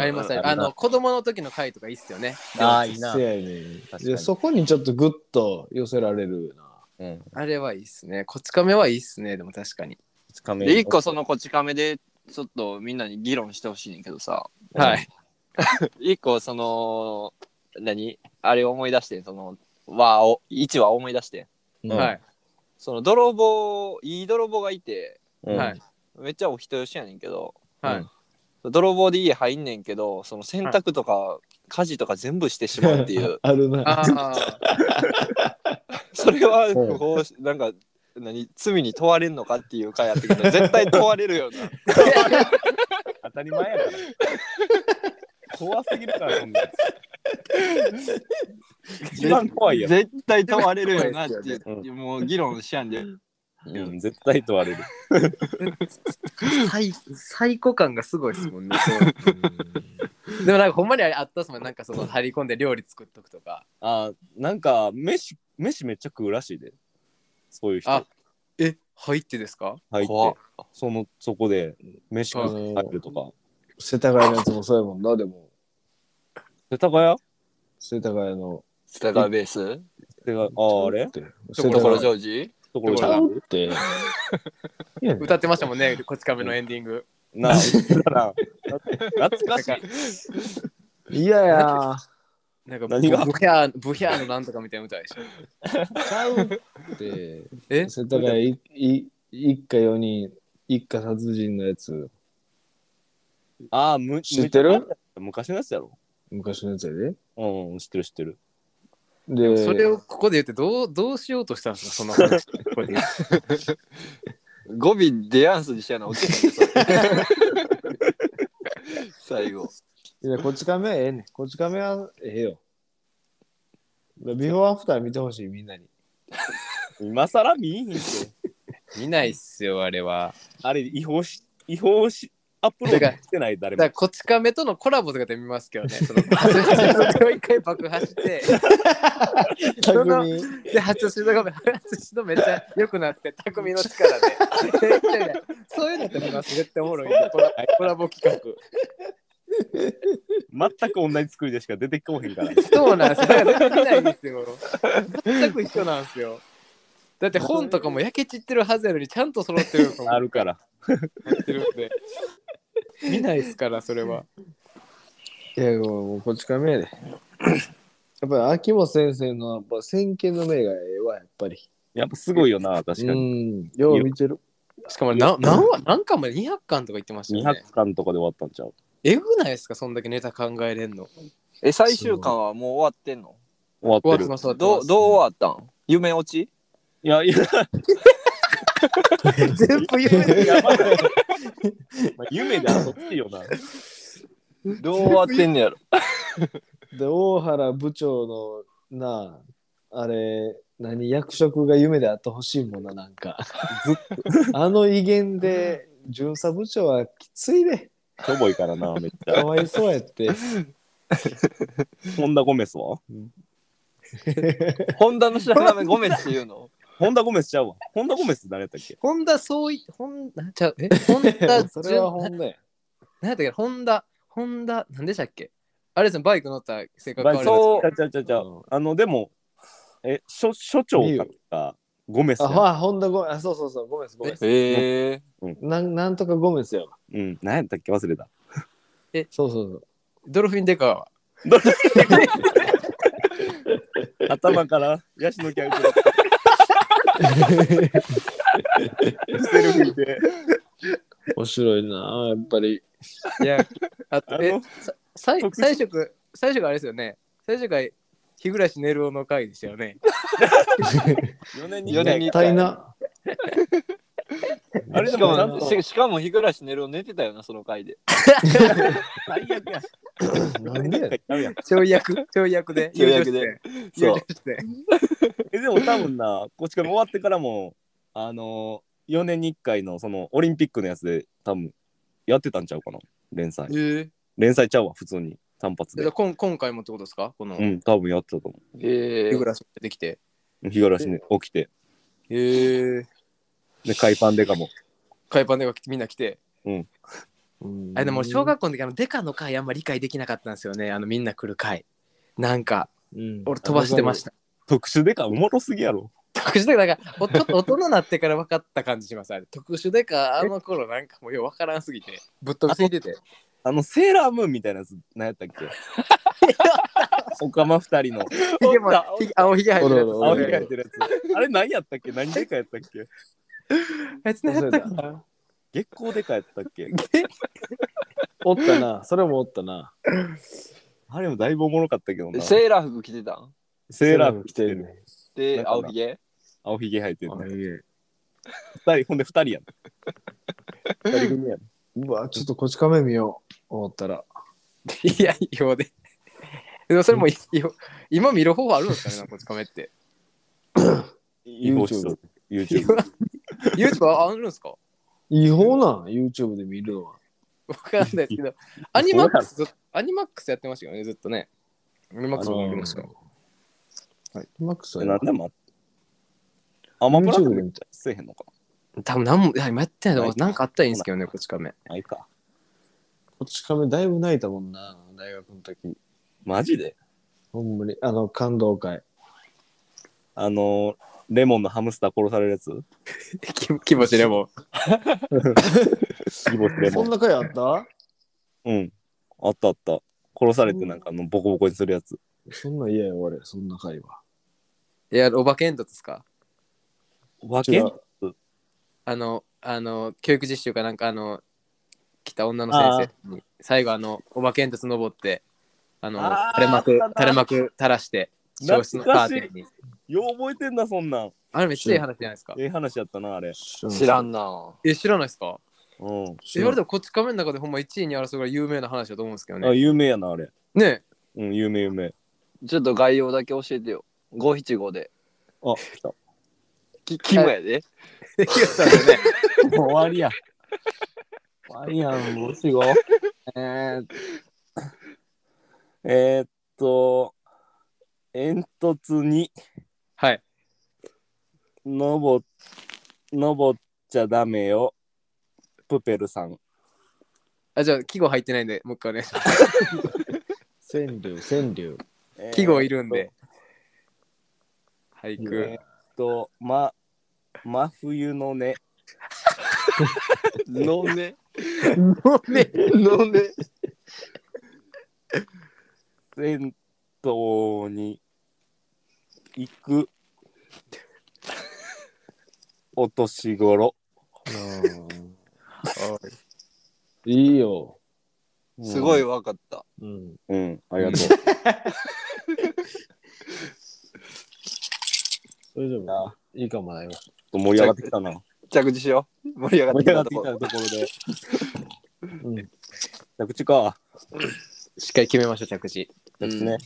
ありますね。あの、子供の時の回とかいいっすよね。ああ、いいなせ。やね確ん。かにでそこにちょっとグッと寄せられるな。うん。あれはいいっすね。こち亀はいいっすね。でも確かに。つかめで、一個そのこち亀で、ちょっとみんなに議論してほしいねんけどさ。はい。一個その何あれを思い出してその和を一話思い出してうんはい。その泥棒いい泥棒がいてうんはい。めっちゃお人よしやねんけどはい。泥棒で家入んねんけどその洗濯とか家事とか全部してしまうっていうあるな。ああ。 それは不法なんか何罪に問われんのかっていう回やったけど絶対問われるよな当たり前やから。怖すぎるから、そんなやつ。一番怖いやん。絶対問われるよなっていう、もう議論しやんでうん、絶対問われる。最最高感がすごいですもんね。 でもなんかほんまにあれあったっすもん。なんかその張り込んで料理作っとくとか。あなんか、飯、飯めっちゃ食うらしいで。そういう人あえ、入ってですか入怖っ、ってその、そこで、飯食ううん入るとか。世田谷のやつもそうやもんな、でも。世田谷世田谷の。スタガベースてかあ、あれって世と田ころ谷ジョージところちじゃゃなうって。いやね歌ってましたもんね。こち亀のエンディング。なあ、な懐かしい。いやいや。なんかブ何がブヒャーブヒャーのなんとかみたいな歌でしょ。ちゃうって。え世田谷いい一家4人、一家殺人のやつ、ああ、む知ってる昔のやつやろ。昔のやつやで。うん、知ってる知ってる。で、それをここで言ってどうどうしようとしたんですかその話。ここで言って語尾デアンスにしたようなおけへん でそれ最後いや、こち亀はええねん。こち亀はええよ。ビフォーアフター見てほしい、みんなに。今更見えへんって。 見ないっすよあれは。あれ、違法し、違法し、アップロードしてない、誰だかもら。こち亀とのコラボとかで見ますけどね。そ のそれを一回爆破して。逆に、で、初指導がめ、初指導めっちゃ良くなって、匠の 力で。でそういうのって僕は絶対おもろいんで、コラコラボ企画。全く同じ作りでしか出てこへ んから。 そうなんですよ。だから全然見ないんですよ。全く一緒なんですよ。だって本とかも焼け散ってるはずやのにちゃんと揃ってるのもあるから。やってるんで。見ないですから、それは。いや、もうこっちから目やで。やっぱり秋元先生のやっぱ先見の明がええわ、やっぱり。やっぱすごいよな、確かうに。ん、よう見てる。しかもな、何話、何巻まで200巻とか言ってましたよね。 200巻とかで終わったんちゃうえぐないですか、そんだけネタ考えれんの。え、最終巻はもう終わってんの終わってる。終わってどまうす どう終わったん夢落ちいやいや、全部言う やばいまあ夢で遊ってよな。どう終わってん ねやろで、大原部長の、なあ、あれ、何、役職が夢であってほしいものなんか。ずっと。あの威厳で、巡査部長はきついで。しょぼいからな、めっちかゃ。わいそうやって。本田ゴメスはホンダの白亀ゴメスっていうの本田ゴメスちゃうわ。本田ゴメス誰やったっけ本田そうい、本田、ちゃう、え、本田それは本音や。何やったっけ本田、本田、何でしたっけあれですね、バイク乗った性格変わりまバイす。そうちゃうちゃうちゃう。あの、でも、え、所所長だったゴメスあ、やん。ほら、ほんとごめん。あ、そうそうそう、ごめんです、ごめんです。へえなんなんとかごめんですよ。うん、何やったっけ忘れた。 そうそうそう。ドルフィンデカは。頭からヤシの 木あげてる。セルフィーで。面白いな、やっぱり。いや、ああと、のえ、さ最特殊最初く、最初があれですよね。最初が日暮ねるおの会でしたよね。 4年に一回もったい な。あれしでかもちゃんもとししかも日暮寝るを寝てたよなその回で最悪や。なんでやちゃうやんちょい役、ちょい役で。ちょい役で友そう情出演。友情出演えでも多分な、こっちから終わってからも、あのー、4年に1回のそのオリンピックのやつで多分やってたんちゃうかな、連載。え連載ちゃうわ、普通に。単発えで。こん今回もってことですかこのう日ん、多分やってたと思へえ暮できて。う。日暮らしに起きて。へえ。で、海パンでかも。海パンデカみんな来て。うんあでも小学校の時あのデカの会あんま理解できなかったんですよね。あのみんな来る会。なんかうん俺飛ばしてました。特殊でか、おもろすぎやろ。特殊でかなんかおちょっと大人になってから分かった感じします。あれ特殊でかあの頃なんかもうよう分からんすぎて。ぶっ飛びすぎてて。あの、セーラームーンみたいなやつ、何やったっ けおかま二人のひげもひげ青ひげ生えてるやつおる青おいるが入ってるやつ。あれ何やったっけ何でかやったっけあいつ何やったかな月光でかやったっけおったな、それもおったな。あれもだいぶおもろかったけどな。セセーラー服着てたんーラームーン着てる。ね。でなんかな青ひげ青ひげ生えてる。あいえ二人、ほんで二人やん。二人組やん。うわ、ちょっとこち亀見よう、思ったら。いや、違法で。でもそれも違法今見る方法あるんですかね、なんかこち亀って。違法しそう YouTube。 YouTube あるんですか違法なん、YouTube で見るのは。わかんないですけど、アニマックスずっ、アニマックスやってましたよね、ずっとね。アニマックスも見ました。はい、マックスは何でもあアマプラ YouTube でで見たせえへんのか多分何も、いや、今やってないと思うは。いなんかあったらいいんですけどね、こち亀。ないか。こち亀だいぶ泣いたもんな、大学の時。マジでほんまに、あの、感動会。あのー、レモンのハムスター殺されるやつき気持ちでも。ギボシレモそんン。な会あったうん。あったあった。殺されてなんかあのボコボコにするやつ。そんなん嫌や、俺、そんな会は。いや、お化け煙突ですかわけ違あうあの、あの、教育実習かなんか、あの、来た女の先生に、最後、あの、お化け煙突登って、あのあー、垂れ幕あったな、垂れ幕垂らして、教室のカーテンに。よう覚えてんだそんなん。あれめっちゃいい話じゃないですか。ええ話やったなあれ。知知ら。んなえ、知らないですかうん。言われたらこっち亀の中でほんま1位に争うが有名な話だと思うんですけどあ、ね。有名やなあれ。ねえうん、有名有名。ちょっと概要だけ教えてよ五七五であ、来た。もきキムやでキヨさんのね、う終わりや。終わりやん、もしご。えー、えー、っと、煙突にはい。登登っちゃダメよ。プペルさん。あ、じゃあ、季語入ってないんで、もう一回お願いします。川柳、川柳。季語いるんで。俳句え。っと、ま、真冬の ね。のね。のね。銭湯に行くお年頃。いいよ。すごいい。わかった。うん。うん、ありがとう。大丈夫。いいかもだよ。盛り上がってきたな。着地しよう。盛り上がっ盛てりき上がたってときこたろ。ところで。うん。着地か。しっかり決めましょう、着地。着地ね。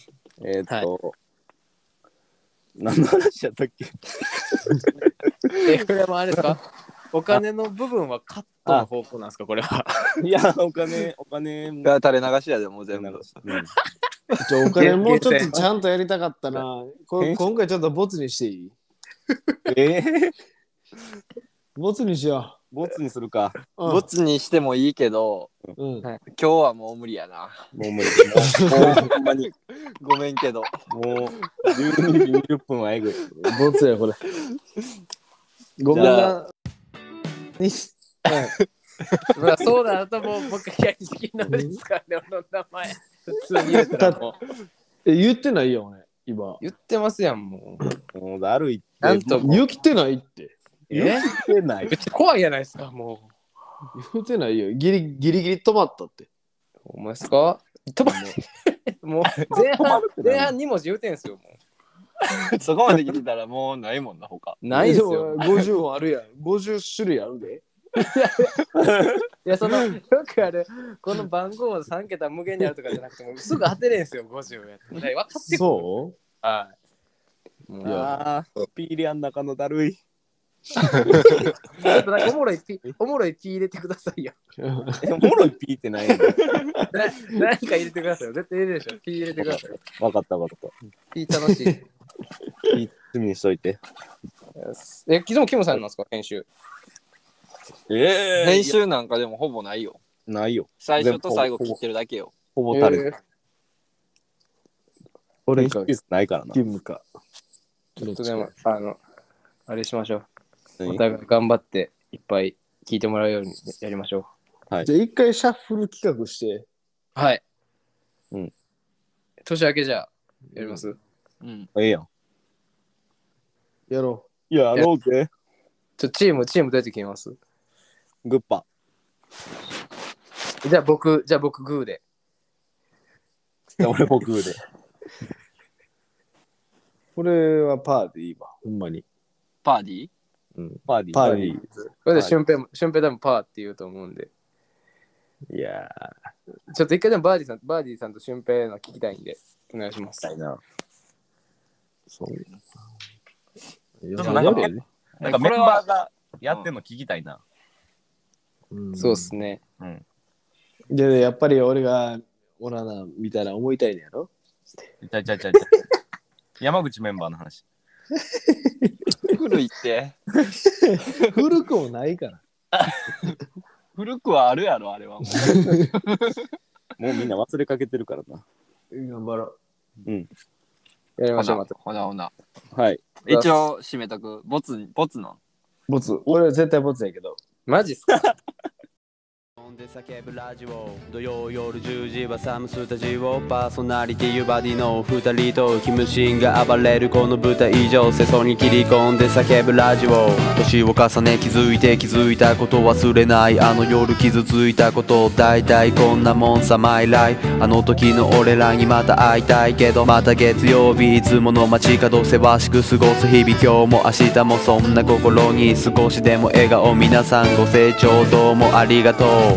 えーっと、何の話やったっけ え、これもあれですかお金の部分はカットの方向なんですかこれは。いや、お金、お金も。が垂れ流しやでもう全部。うんじゃあお金げもうちょっとげちゃんとやりたかったな。こえ今回ちょっとボツにしていい えー、ボツにしよボツにするか。う。うんボツにしてもいいけど、うん。今日はもう無理やな。もう無理。もうもうほんまに。ごめん けど。もう12時20分はえぐい。ボツや、これ。ごめんじゃな。にしはいまあ、そうだともう僕やりきのですからね、俺の名前。普通に言ったらもう。え、言ってないよ、俺。今。言ってますやん、もう。もうだるいって。なんともう言ってないって。言ってないめ。っちゃ怖いやないですか、もう。言ってないよ。ギリギリギリ止まったって。お前ですか止まもう前半前半2文字言うてんすよ。もそこまで来てたらもうないもんな、他。うないですでよも。50本あるやん。50種類あるで。いやそのよくあるこの番号3桁無限にあるとかじゃなくてもうすぐ当てれんすよ50やって。分かってうそはい。もうああ、ピーリアン中のだるい。ちょっとなんかおもろいピおもろいピ入れてくださいよ。うえ、おもろいピーってないのな何か入れてくださいよ。絶対入れるでしょ。ピ入れてくださいよ。わかったわかっピ楽しい。た。ピー罪にしといて。え、昨日キムさんなんですか、編集。え編集なんかでもほぼないよ。ないよ。最初と最後切ってるだけよ。ほぼ垂れえて。ー俺編か集、ピースないからな。キムか。ちょっとでも、あの、あれしましょう。お何互い頑張っていっぱい聞いてもらうようにやりましょじゃあ一回シャッフル企画して。う。はい。うん。年明けじゃあ、やります、うん。ええやん。やろいや、ろうぜ。ちょチーム、チームどうやって決めますグッパ。じゃあ僕、じゃあ僕グーで。じゃあ俺僕で。う。 これはパーでいいわ。ほんまに。パーディーパーディー。パーに。これはいで俊平も、俊平多分パーって言うと思うんで。いやちょっと一回でもバーディーさん、バーディーさんと俊平の聞きたいんで、お願いします。ー、な。そう。となんかやるよねなんかメンバーがやってんの聞きたいな。うんそうっすね。で、やっぱり俺がオラなみたいな思いたいのやろちゃいちゃい ちゃいちゃい。山口メンバーの話。古いって。 古くもないから。 古くはあるやろ、あれは。もうみんな忘れかけてるからな。頑張ろやりほましょう、まなた。、ほな、ほな。はい。一応、締めとく。ボツ、ボツの。う。ボツ。俺は絶対ボツやけど。マジっすか飛んで叫ぶラジオ土曜夜10時はサムスタジオパーソナリティーバディの二人とキムシンが暴れるこの舞台以上世相に切り込んで叫ぶラジオ年を重ね気づいて気づいたこと忘れないあの夜傷ついたこと大体こんなもんさマイライあの時の俺らにまた会いたいけどまた月曜日いつもの街角せわしく過ごす日々今日も明日もそんな心に少しでも笑顔皆さんご清聴どうもありがとう